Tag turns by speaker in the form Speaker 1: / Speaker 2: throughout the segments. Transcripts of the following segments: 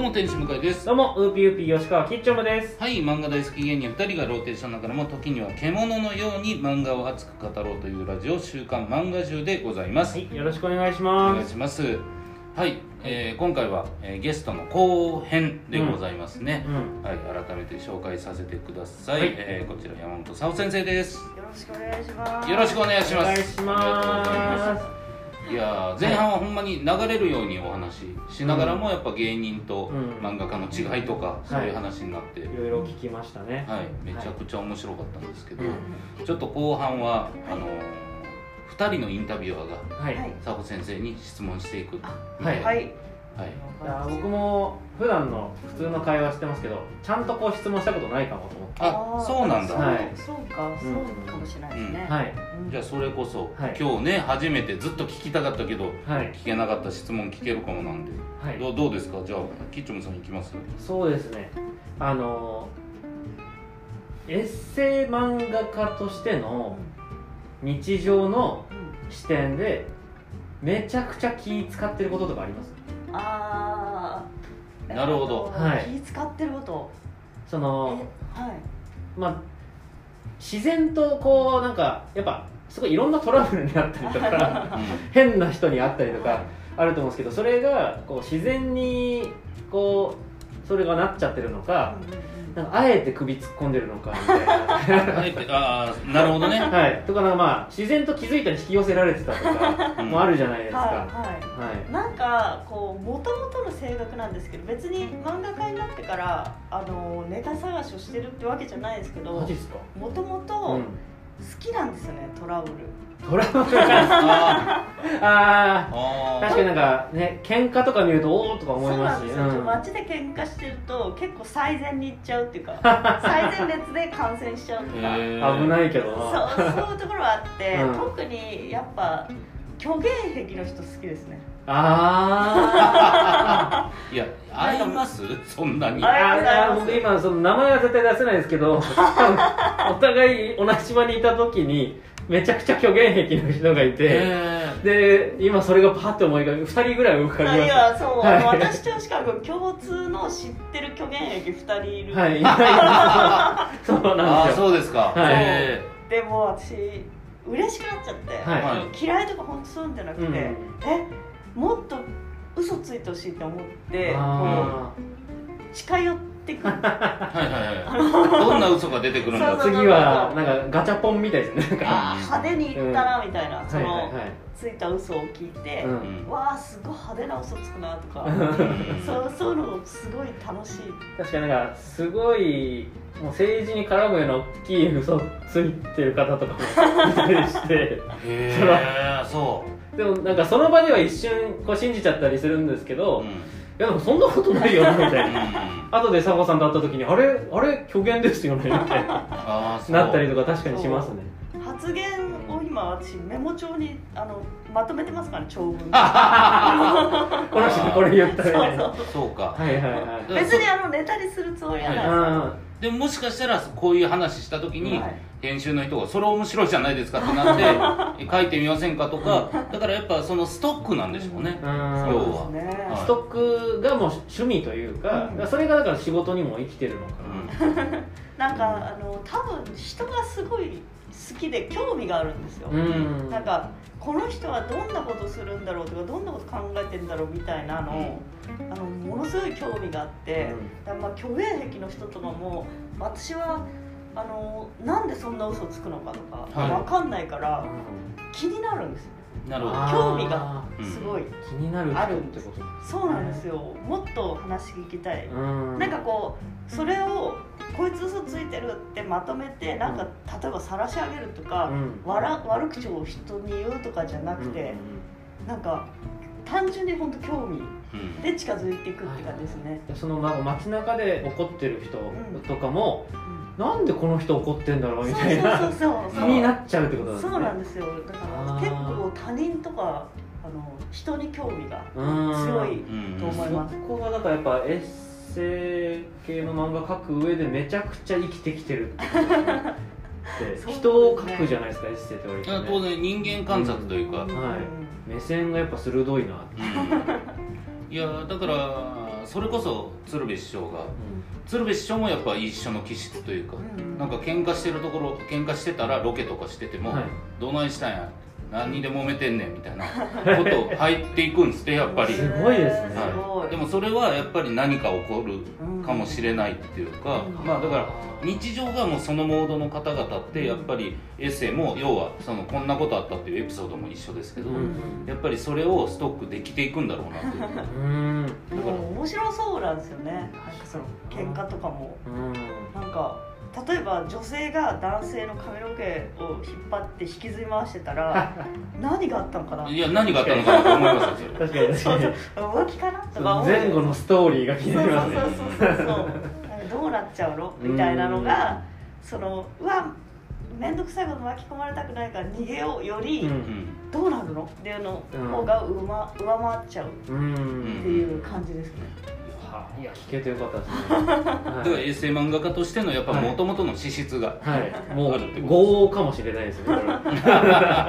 Speaker 1: も天使向井です
Speaker 2: どうも、ウーピーウーピー吉川吉兆です。
Speaker 1: はい漫画大好き芸人2人がローテーションの中でも時には獣のように漫画を熱く語ろうというラジオ「週刊漫画中」でございます、
Speaker 2: はい、よろしくお願いし
Speaker 1: お
Speaker 2: ま
Speaker 1: 願い
Speaker 2: す。
Speaker 1: しますはい、えー今回は、えーゲストの後編でございますね
Speaker 2: う、ん、
Speaker 1: はい改めて紹介させてください、
Speaker 2: はい
Speaker 1: えーこちら山本沙央先生です
Speaker 3: よろしくお願いします。
Speaker 1: よろしくお願いし
Speaker 2: お
Speaker 1: ます
Speaker 2: 願いします。
Speaker 1: いやー前半はほんまに流れるようにお話ししながらもやっぱ芸人と
Speaker 2: うん
Speaker 1: 漫画家の違いとかそういう話になって、
Speaker 2: いろいろ聞きましたね。
Speaker 1: はい、めちゃくちゃ面白かったんですけど、
Speaker 2: うん
Speaker 1: ちょっと後半はあのー、2人のインタビュアーが
Speaker 2: はい。い
Speaker 3: はい
Speaker 1: 佐保先生に質問していく
Speaker 2: は
Speaker 1: はいは
Speaker 3: はいい。
Speaker 2: やー僕も普段の普通の会話してますけど、ちゃんとこう質問したことないかもと思って。
Speaker 1: あそうなんだ、
Speaker 2: はい
Speaker 3: そうか、そうかもしれないですね。
Speaker 2: はい。
Speaker 3: うん
Speaker 1: じゃあそれこそ、
Speaker 2: はい
Speaker 1: 今日ね初めてずっと聞きたかったけど
Speaker 2: はい。
Speaker 1: 聞けなかった質問聞けるかもなんで、
Speaker 2: はい。
Speaker 1: どうどうですかじゃあキッチョムさんいきます
Speaker 2: そうですね。あのー、エッセイ漫画家としての日常の
Speaker 3: うん
Speaker 2: 視点で、めちゃくちゃ気使ってることとかあります
Speaker 3: ああ。
Speaker 1: なるほど
Speaker 3: えっと
Speaker 2: はい
Speaker 3: 気使ってること。
Speaker 2: そ
Speaker 3: え
Speaker 2: の、
Speaker 3: はい。
Speaker 2: まあ、自然とこうなんかやっぱすごいいろんなトラブルになったりと か変な人に会ったりとかあると思うんですけどそれがこう自然にこうそれがなっちゃってるのか
Speaker 3: うん
Speaker 2: なんかあえて首突っ込んでるのかみたいな。
Speaker 1: うん、はいああなるほど ね、
Speaker 2: はい、とかなんかまあ自然と気づいたら引き寄せられてたとか
Speaker 1: うん
Speaker 2: もあるじゃないで
Speaker 3: うん
Speaker 2: すか。
Speaker 3: はい。は
Speaker 2: はい
Speaker 3: い。なんかこう元々の性格なんですけど別に漫画家になってからあのネタ探しをしてるってわけじゃないですけど
Speaker 2: マジですか、
Speaker 3: もともと
Speaker 2: う
Speaker 3: 好
Speaker 2: ん、
Speaker 3: きなんですよねトラブル
Speaker 2: トラブルあ
Speaker 1: あ
Speaker 2: あ
Speaker 1: ーあ
Speaker 2: ー
Speaker 1: ー
Speaker 2: 確かになんかね喧嘩とか見るとおおとか思い
Speaker 3: そう
Speaker 2: ま
Speaker 3: な
Speaker 2: す
Speaker 3: ん
Speaker 2: し
Speaker 3: ですよ、
Speaker 2: うん
Speaker 3: 街で喧嘩してると結構最善に行っちゃうっていうか 最前列で感染しちゃうと
Speaker 1: へ
Speaker 3: か、
Speaker 1: ー
Speaker 2: 危ないけどな
Speaker 3: そうそういうところはあって、
Speaker 2: うん
Speaker 3: 特にやっぱ虚言癖の人好きですね
Speaker 2: あ
Speaker 1: いや合いますそんなに
Speaker 2: ー
Speaker 3: あり
Speaker 2: あー
Speaker 3: がとうございます
Speaker 2: 僕今その名前は絶対出せないですけどお互い同じ島にいた時にめちゃくちゃ虚言癖の人がいて、
Speaker 1: え
Speaker 2: で今それがパッて思い浮かび2人ぐらい浮かびま
Speaker 3: い
Speaker 2: し
Speaker 3: やそう、
Speaker 2: はい
Speaker 3: 私としかも共通の知ってる虚言癖2人いる、
Speaker 2: たはいいやいやそうそう
Speaker 1: あ
Speaker 2: なん
Speaker 1: あ
Speaker 2: ですよ
Speaker 1: そうですか、
Speaker 2: はい
Speaker 1: え
Speaker 3: でも私嬉しくなっちゃって、
Speaker 2: はい
Speaker 1: は
Speaker 3: 嫌いとか本当そういうんじゃなくて、
Speaker 2: うん
Speaker 3: えもっと嘘ついてほしいって思ってこ
Speaker 2: あ
Speaker 3: う近寄ってくる
Speaker 1: はいはいはいどんな嘘が出てくるんだ
Speaker 3: そう
Speaker 2: ー
Speaker 3: そう
Speaker 2: 次はなんかガチャポンみたいですね
Speaker 3: あー派手にいったなみたいな、そ
Speaker 2: はい
Speaker 3: の、
Speaker 2: はいはい
Speaker 3: ついた嘘を聞いて、
Speaker 2: う
Speaker 1: うんん
Speaker 3: わあすごい派手な嘘つくなと か
Speaker 1: うん
Speaker 3: そうそういうのすごい楽しい
Speaker 2: 確かになんかすごいもう政治に絡むような大きい嘘ついてる方とかもいたりして
Speaker 1: へえそ
Speaker 2: でもなんかその場では一瞬こう信じちゃったりするんですけ
Speaker 1: う、
Speaker 2: ど、
Speaker 1: う
Speaker 2: い
Speaker 1: ん
Speaker 2: やでもそんなことないよみた
Speaker 1: う
Speaker 2: いな。
Speaker 1: ん、
Speaker 2: 後で佐保さんと会った時にあれあれ虚言ですよねみたいな
Speaker 1: ああそう
Speaker 2: なったりとか確かにしますね。
Speaker 3: 発言を今私メモ帳にあのまとめてますからね長文
Speaker 2: この人これ言ったみたいな。
Speaker 3: そう
Speaker 1: そうか
Speaker 2: はいはいはい。
Speaker 3: 別にあのネタにするつもりはないです、
Speaker 2: あ
Speaker 1: でももしかしたらこういう話した時に、
Speaker 3: はい
Speaker 1: 編集の人が「それ面白いじゃないですか」ってな って「書いてみませんか」とかだからやっぱそのストックなんでしょうね、
Speaker 2: ー
Speaker 1: 要
Speaker 2: うん
Speaker 1: は
Speaker 3: そうですね、
Speaker 1: はい
Speaker 2: ストックがもう趣味というか、
Speaker 3: うん
Speaker 2: それがだから仕事にも生きてるのか
Speaker 1: うん
Speaker 3: なんかあの多分人がすごい好きで興味があるんですよ、
Speaker 2: な。うん。
Speaker 3: なんかこの人はどんなことするんだろうとかどんなこと考えてんだろうみたいなのを、あのものすごい興味があっ
Speaker 2: う
Speaker 3: て、
Speaker 2: ん
Speaker 3: だからまあ虚言癖の人とかも私はあのなんでそんな嘘つくのかとか、
Speaker 1: はい
Speaker 3: わかんないから気になるんですよ
Speaker 1: なるほど
Speaker 2: あー
Speaker 3: 興味がすごい、
Speaker 2: 気になる人ってこと。
Speaker 3: そうなんですよもっと話聞きたい、
Speaker 2: うん
Speaker 3: なんかこうそれをこいつ嘘ついてるってまとめてなんか例えば晒し上げるとか、
Speaker 2: うん
Speaker 3: わら悪口を人に言うとかじゃなくて、なんか単純に本当興味
Speaker 1: うん
Speaker 3: で近づいていくって感じですね、
Speaker 2: でそのなんか街中で怒ってる人とかも、
Speaker 3: うん
Speaker 2: なんでこの人怒ってんだろうみたいな
Speaker 3: そうそうそう
Speaker 2: 気
Speaker 3: そ う
Speaker 2: になっちゃうってことなんですね
Speaker 3: そうなんですよだから
Speaker 2: あー
Speaker 3: 結構他人とかあの人に興味が
Speaker 2: うん
Speaker 3: 強い
Speaker 1: うん
Speaker 3: と思います
Speaker 2: そこがだからやっぱエッセイ系の漫画描く上でめちゃくちゃ生きてきてるってことですね
Speaker 3: そうです
Speaker 2: で
Speaker 3: ね
Speaker 2: 人を描くじゃないですかエッセイって割
Speaker 1: いや
Speaker 2: と
Speaker 1: 当
Speaker 2: ね
Speaker 1: 然人間観察という か、
Speaker 3: うん
Speaker 2: はい目線がやっぱ鋭いなって
Speaker 1: うんいやだからそれこそ鶴瓶師匠が鶴瓶師匠もやっぱ一緒の気質というか、
Speaker 3: うん
Speaker 1: なんか喧嘩してるところ喧嘩してたらロケとかしてても、
Speaker 2: はい
Speaker 1: どないしたんや何にで揉めてんねんみたいな こと入っていくんですってやっぱり、
Speaker 2: すごいですね
Speaker 1: はい、で
Speaker 3: も
Speaker 1: もそれはやっぱり何か起こるかもしれないっていうか、
Speaker 3: うん
Speaker 1: まあだから日常がもうそのモードの方々ってやっぱりエッセイも要はそのこんなことあったっていうエピソードも一緒ですけど、
Speaker 2: うん
Speaker 1: やっぱりそれをストックできていくんだろうなっていう
Speaker 2: うーんう
Speaker 3: でも面白そうなんですよねなんかその喧嘩とかも
Speaker 2: ーん
Speaker 3: なんか例えば女性が男性の髪の毛を引っ張って引きずり回して たら何があったのか な
Speaker 1: いや何があったのかなと思いますよそれ
Speaker 2: 確かに確
Speaker 3: そ
Speaker 2: か
Speaker 3: う
Speaker 2: に
Speaker 3: そう浮気かなと
Speaker 2: そ
Speaker 3: か
Speaker 2: の
Speaker 3: 思う
Speaker 2: 前後のストーリーが気
Speaker 3: そう
Speaker 2: に
Speaker 3: そ
Speaker 2: な
Speaker 3: う
Speaker 2: り
Speaker 3: そう
Speaker 2: ますね
Speaker 3: そうそうなんかどうなっちゃうのみたいなのがそのうわ面倒くさいこと巻き込まれたくないから逃げようより、
Speaker 2: うん
Speaker 1: う
Speaker 3: どうなるのっていうの方がうま上回っちゃうっ
Speaker 2: うーん
Speaker 3: ていう感じですね、
Speaker 2: はいや聞けてよかったですねは
Speaker 1: ん、だ
Speaker 2: い
Speaker 1: からエッセイ漫画家としてのやっぱ
Speaker 2: はい
Speaker 1: 元々の資質が
Speaker 2: はい、も
Speaker 1: あるって
Speaker 2: う
Speaker 1: こ
Speaker 2: 豪王かもしれないですね。これはは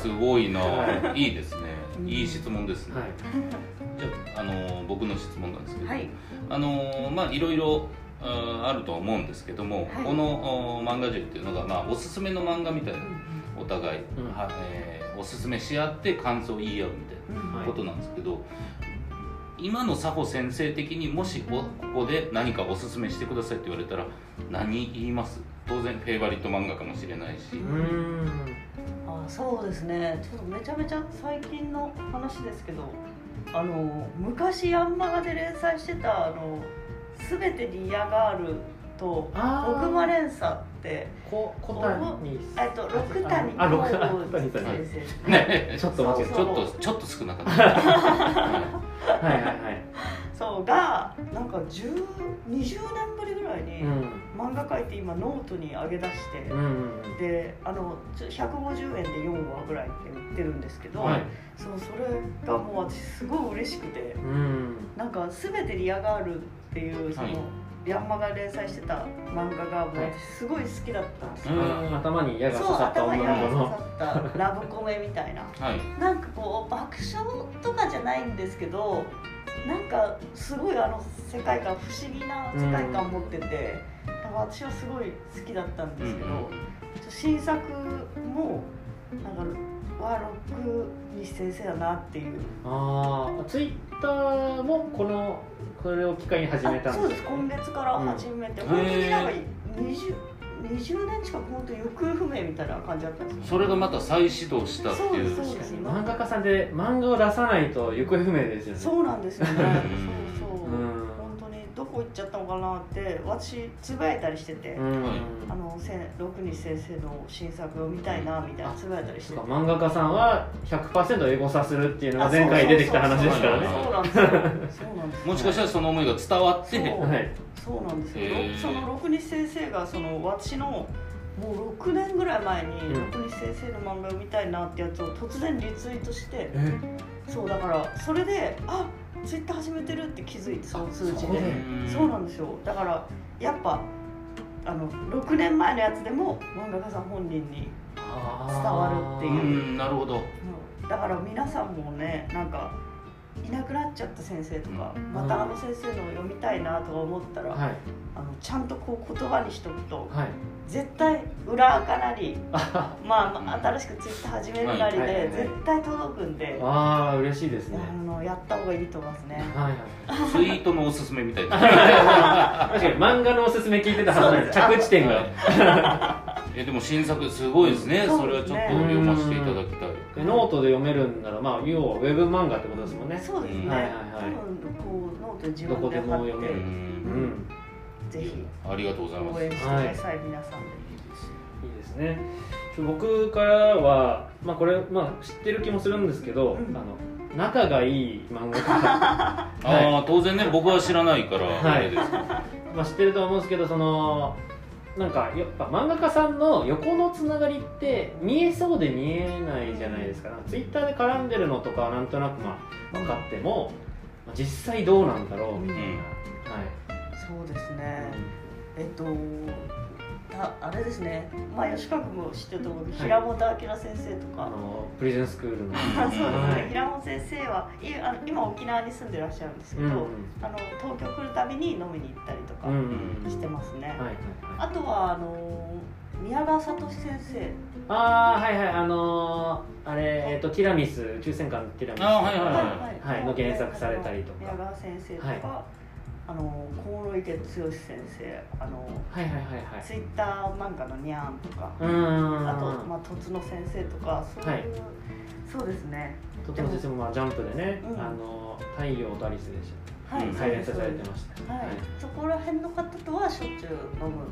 Speaker 1: すごいな、、
Speaker 2: はい
Speaker 1: いですね
Speaker 3: うん
Speaker 1: いい質問ですね、じゃあ、あのー僕の質問なんですけど、
Speaker 3: はい
Speaker 1: あのーまあいろいろあーあるとは思うんですけども、
Speaker 3: はい
Speaker 1: このお漫画塾っていうのが、まあ、おすすめの漫画みたいなお互い、
Speaker 2: うん
Speaker 1: はえーおすすめし合って感想を言い合うみたいな
Speaker 3: うん
Speaker 2: はい
Speaker 1: ことなんですけど、今の佐保先生的にもしおここで何かおすすめしてくださいって言われたら何言います当然フェイバリット漫画かもしれないし、
Speaker 2: い。うーん。
Speaker 3: あそうですねちょっとめちゃめちゃ最近の話ですけどあの昔ヤンマガで連載してた「あの全てに嫌がる」と「
Speaker 2: あー
Speaker 3: 僕も連鎖」って
Speaker 2: こ、小谷
Speaker 3: えっと六谷
Speaker 2: あ、六谷。あ
Speaker 3: 幸
Speaker 2: 小谷
Speaker 3: 吾
Speaker 2: さん。はい
Speaker 3: 先生
Speaker 1: ね
Speaker 2: ちょっと間違え
Speaker 1: ち
Speaker 2: た。
Speaker 1: ょっ
Speaker 2: は
Speaker 1: とちょっと少 なかった
Speaker 2: いはいはい。
Speaker 3: そうがなんか10 20年ぶりぐらいに
Speaker 2: うん。
Speaker 3: 漫画描いて今ノートに上げ出して。
Speaker 2: うん。
Speaker 3: であのちょ150円で4話ぐらいって売ってるんですけど、
Speaker 2: はい。
Speaker 3: そうそれがもう私すごい嬉しくて
Speaker 2: うん。
Speaker 3: なんか「全てリアガール」っていうその、
Speaker 1: はい
Speaker 3: ヤンマが連載してた漫画がもう
Speaker 2: はい
Speaker 3: 私すごい好きだったんです
Speaker 2: あ
Speaker 3: よ、
Speaker 2: ー頭に矢が刺
Speaker 3: そう
Speaker 2: さった
Speaker 3: 頭
Speaker 2: 女の子
Speaker 3: に刺
Speaker 2: の。
Speaker 3: さったラブコメみたいな
Speaker 1: はい
Speaker 3: なんかこう爆笑とかじゃないんですけどなんかすごいあの世界観不思議な世界観を持ってて、なんか私はすごい好きだったんですけど、新作もなんかは六西先生だなっていう
Speaker 2: ああ、ツイッターもこのこれを機会に始めた
Speaker 3: あ
Speaker 2: ん
Speaker 3: そ
Speaker 2: で
Speaker 3: うですす
Speaker 2: か。
Speaker 3: 今月から始めて、
Speaker 1: うん
Speaker 3: 本当になんか
Speaker 1: へ
Speaker 3: 20 20年近く本当行方不明みたいな感じだったんですよ
Speaker 1: それがまた再始動したって
Speaker 3: そ
Speaker 1: い
Speaker 3: うです
Speaker 1: う
Speaker 3: そうです
Speaker 2: 漫画家さんで漫画を出さないと行方不明ですよね。
Speaker 3: そうなんですよねそうそうう、
Speaker 2: ん。
Speaker 3: 本当にどこ行っちゃったのかなって私つぶやいたりしてて、
Speaker 2: うん。
Speaker 3: あのせん六西先生の新作を見たいなみたいなつぶやいたりして
Speaker 2: そ
Speaker 3: て
Speaker 2: うか漫画家さんは100%エゴサするっていうのが前回出てきた話ですからね。
Speaker 3: そうなんですよそうなんですよ
Speaker 1: もしかしたらその思いが伝わって
Speaker 3: そう
Speaker 2: はい。
Speaker 3: そうなんですよ、
Speaker 1: へー
Speaker 3: その六日先生がその私のもう6年ぐらい前に
Speaker 2: うん
Speaker 3: 六日先生の漫画を見たいなってやつを突然リツイートしてそうだからそれであツイッター始めてるって気づいてその通知
Speaker 2: そうだ
Speaker 3: で
Speaker 2: よ
Speaker 1: ん
Speaker 3: そうなんですよだからやっぱあの6年前のやつでも漫画家さん本人に伝わるって
Speaker 1: う
Speaker 3: い
Speaker 1: んなるほど
Speaker 3: うんだから皆さんもねなんかいなくなっちゃった先生とか、
Speaker 1: うん
Speaker 3: またあの先生の読みたいなとか思ったら、
Speaker 2: はい
Speaker 3: あのちゃんとこう言葉にしとくと
Speaker 2: はい。
Speaker 3: 絶対裏垢な り、
Speaker 2: あ
Speaker 3: まあまあ、新しくツイッター始めるなり
Speaker 2: はいはいはい
Speaker 3: で絶対届くんで、
Speaker 2: あー嬉しいですね。
Speaker 3: あのやった方がいいと思いますね。
Speaker 2: はいはい。
Speaker 1: ツイートのおすすめみたいな
Speaker 2: 確かに漫画のおすすめ聞いてたはずなんです。
Speaker 3: そう
Speaker 2: 着
Speaker 3: で
Speaker 2: 地点が。
Speaker 1: えでも新作すごいですね、
Speaker 3: うん
Speaker 1: それはちょっと
Speaker 3: そう
Speaker 2: ですね
Speaker 1: 読ませていただきたい、
Speaker 2: でノートで読めるんならまあ要はウェブ漫画ってことですもんね。
Speaker 3: そうですね、
Speaker 1: うんはい
Speaker 2: はいはい
Speaker 3: 多分こうノートで自
Speaker 2: どこ
Speaker 3: 分
Speaker 2: で
Speaker 3: で
Speaker 2: も
Speaker 3: 貼
Speaker 2: 読め
Speaker 1: う、
Speaker 2: る
Speaker 3: っ
Speaker 2: うんん。
Speaker 3: てぜひ
Speaker 1: ありがとうございま
Speaker 3: 応
Speaker 1: すいい
Speaker 3: 援
Speaker 1: で
Speaker 3: してください、皆さんで。
Speaker 1: す
Speaker 2: いいですね。ちょ僕からはまあこれまあ知ってる気もするんですけど、
Speaker 3: うん
Speaker 2: あの仲がいい漫画家。はい
Speaker 1: ああ当然ね僕は知らないから
Speaker 2: はい
Speaker 1: あれですけど、
Speaker 2: まあ、知ってると思うんですけどそのなんかやっぱ漫画家さんの横のつながりって見えそうで見えないじゃないですかツイッターで絡んでるのとかはなんとなくまあ分かってもまあ実際どうなんだろうみたいな、
Speaker 1: うん
Speaker 2: はい
Speaker 3: そうですねえっとああれですね、まあ、吉川君も知ってると思うけど、平本明先生と
Speaker 2: あ
Speaker 3: か、
Speaker 2: のプリズンスクールの
Speaker 3: あそうですね、
Speaker 2: はい
Speaker 3: 平本先生はいあの今沖縄に住んでらっしゃるんですけど、あの東京来るたびに飲みに行ったりとか
Speaker 2: うんうんうん
Speaker 3: してますね、
Speaker 2: はいはいはい
Speaker 3: あとはあの宮川聡先生
Speaker 2: ああはいはいあのーあれえっとティラミス抽選館のティラミス
Speaker 1: あーはいはいはい
Speaker 2: はいの原作されたりとか
Speaker 3: 宮川先生とか、
Speaker 2: はい
Speaker 3: あの小室池剛先生あの
Speaker 2: はいはいはいはい
Speaker 3: ツイッター漫画のニャーンとか、
Speaker 2: うーん
Speaker 3: あと、まあ、とつの先生とかそういう、
Speaker 2: はい
Speaker 3: そうですね
Speaker 2: とても先生もまあジャンプでね、
Speaker 3: うん
Speaker 2: あの太陽とアリスでした
Speaker 3: はい、
Speaker 1: うん
Speaker 2: 再連載されてまし
Speaker 3: す
Speaker 2: た
Speaker 3: はい、そこら辺の方とはしょっちゅう飲む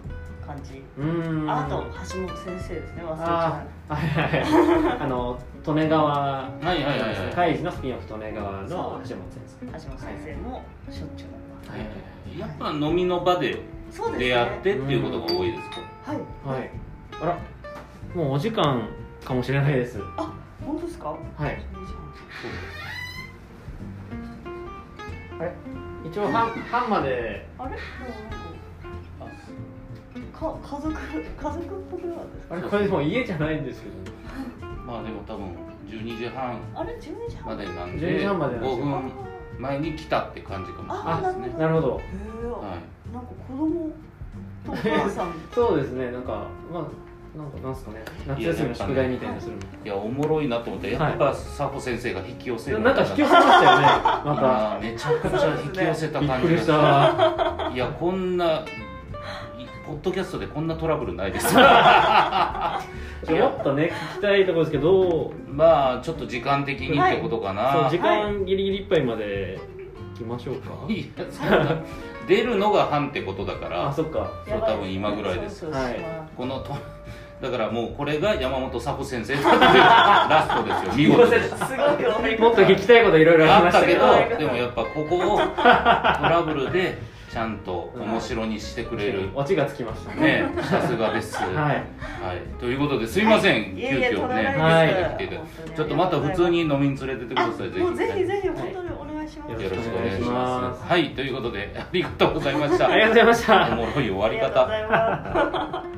Speaker 3: 感じ
Speaker 2: うーん
Speaker 3: あと橋本先生ですね忘れちゃ
Speaker 2: あーはいはい はいあの利根川
Speaker 1: はいはいはいはい、
Speaker 2: 怪事のスピンオフ利根川の橋本先生
Speaker 3: う橋本先生もしょっちゅう飲む、
Speaker 2: はい
Speaker 1: やっぱ飲みの場で
Speaker 3: そうですね
Speaker 1: 出会ってっていうことが多いですか、
Speaker 3: はい
Speaker 2: はいあらもうお時間かもしれないです
Speaker 3: 本当ですか
Speaker 2: はい一応半半まで
Speaker 3: あれか家族家族っぽくなかったですか
Speaker 2: あれこれでも家じゃないんですけど
Speaker 1: まあでも多分12時半
Speaker 3: あれ12時
Speaker 1: ま
Speaker 3: 半
Speaker 1: でなん
Speaker 2: 12
Speaker 1: で
Speaker 2: 時半までなんです
Speaker 1: 5
Speaker 2: よ
Speaker 1: 分前に来たって感じかもしれ
Speaker 3: あ
Speaker 1: ないですね
Speaker 2: なるほど
Speaker 3: へえ、
Speaker 1: はい
Speaker 3: なんか子供とお母さん
Speaker 2: そうですねなんかまあなんかなんすかね夏休みの宿題みたいなのするみ
Speaker 1: いやおもろいなと思ってやっぱ佐保先生が引き寄せ
Speaker 2: たい
Speaker 1: る
Speaker 2: ななんか引き寄せました よねま
Speaker 1: あーめちゃくちゃ引き寄せた
Speaker 2: たびっ
Speaker 1: 感じ
Speaker 2: くり
Speaker 1: が
Speaker 2: した
Speaker 1: いやこんないポッドキャストでこんなトラブルないです
Speaker 2: ちょもっとね聞きたいところですけど
Speaker 1: まあちょっと時間的にってことかな、
Speaker 2: そう
Speaker 1: い
Speaker 2: 時間ギリギリいっぱいまで行きましょうか、
Speaker 1: やそんな出るのが半ってことだか
Speaker 2: あ
Speaker 1: ら
Speaker 2: そっか
Speaker 1: そう多分今ぐらいです
Speaker 3: そうそう
Speaker 2: はい
Speaker 1: このと だからもうこれが山本佐保先生だっていうラストですよ見事です
Speaker 3: そうすごいよ
Speaker 2: もっと聞きたいこといろいろあり
Speaker 1: あ
Speaker 2: ま
Speaker 1: っ
Speaker 2: したたけ
Speaker 1: け
Speaker 2: ど
Speaker 1: どでもやっぱここをトラブルでちゃんと面白にしてくれる、
Speaker 2: オチがつきましたね
Speaker 1: ねさすがです、
Speaker 2: は
Speaker 1: はい
Speaker 2: い
Speaker 1: ということですいません、
Speaker 3: い
Speaker 1: 急
Speaker 3: えいえとん
Speaker 1: 遽
Speaker 3: でも
Speaker 1: ね、
Speaker 3: ない
Speaker 2: です
Speaker 1: 来ていただいてちょっとまた普通に飲みに連れてってくだ
Speaker 3: あ
Speaker 1: さい
Speaker 3: もうぜひぜひ
Speaker 2: はい
Speaker 3: 本当にお願いします、
Speaker 1: よろしくお願いし
Speaker 2: お願いしま
Speaker 1: ますすはいということでありがとうございました
Speaker 2: ありがとうございました
Speaker 1: おもろい終
Speaker 3: あ
Speaker 1: わ
Speaker 3: り
Speaker 1: り
Speaker 3: がとう
Speaker 1: 方
Speaker 3: ございます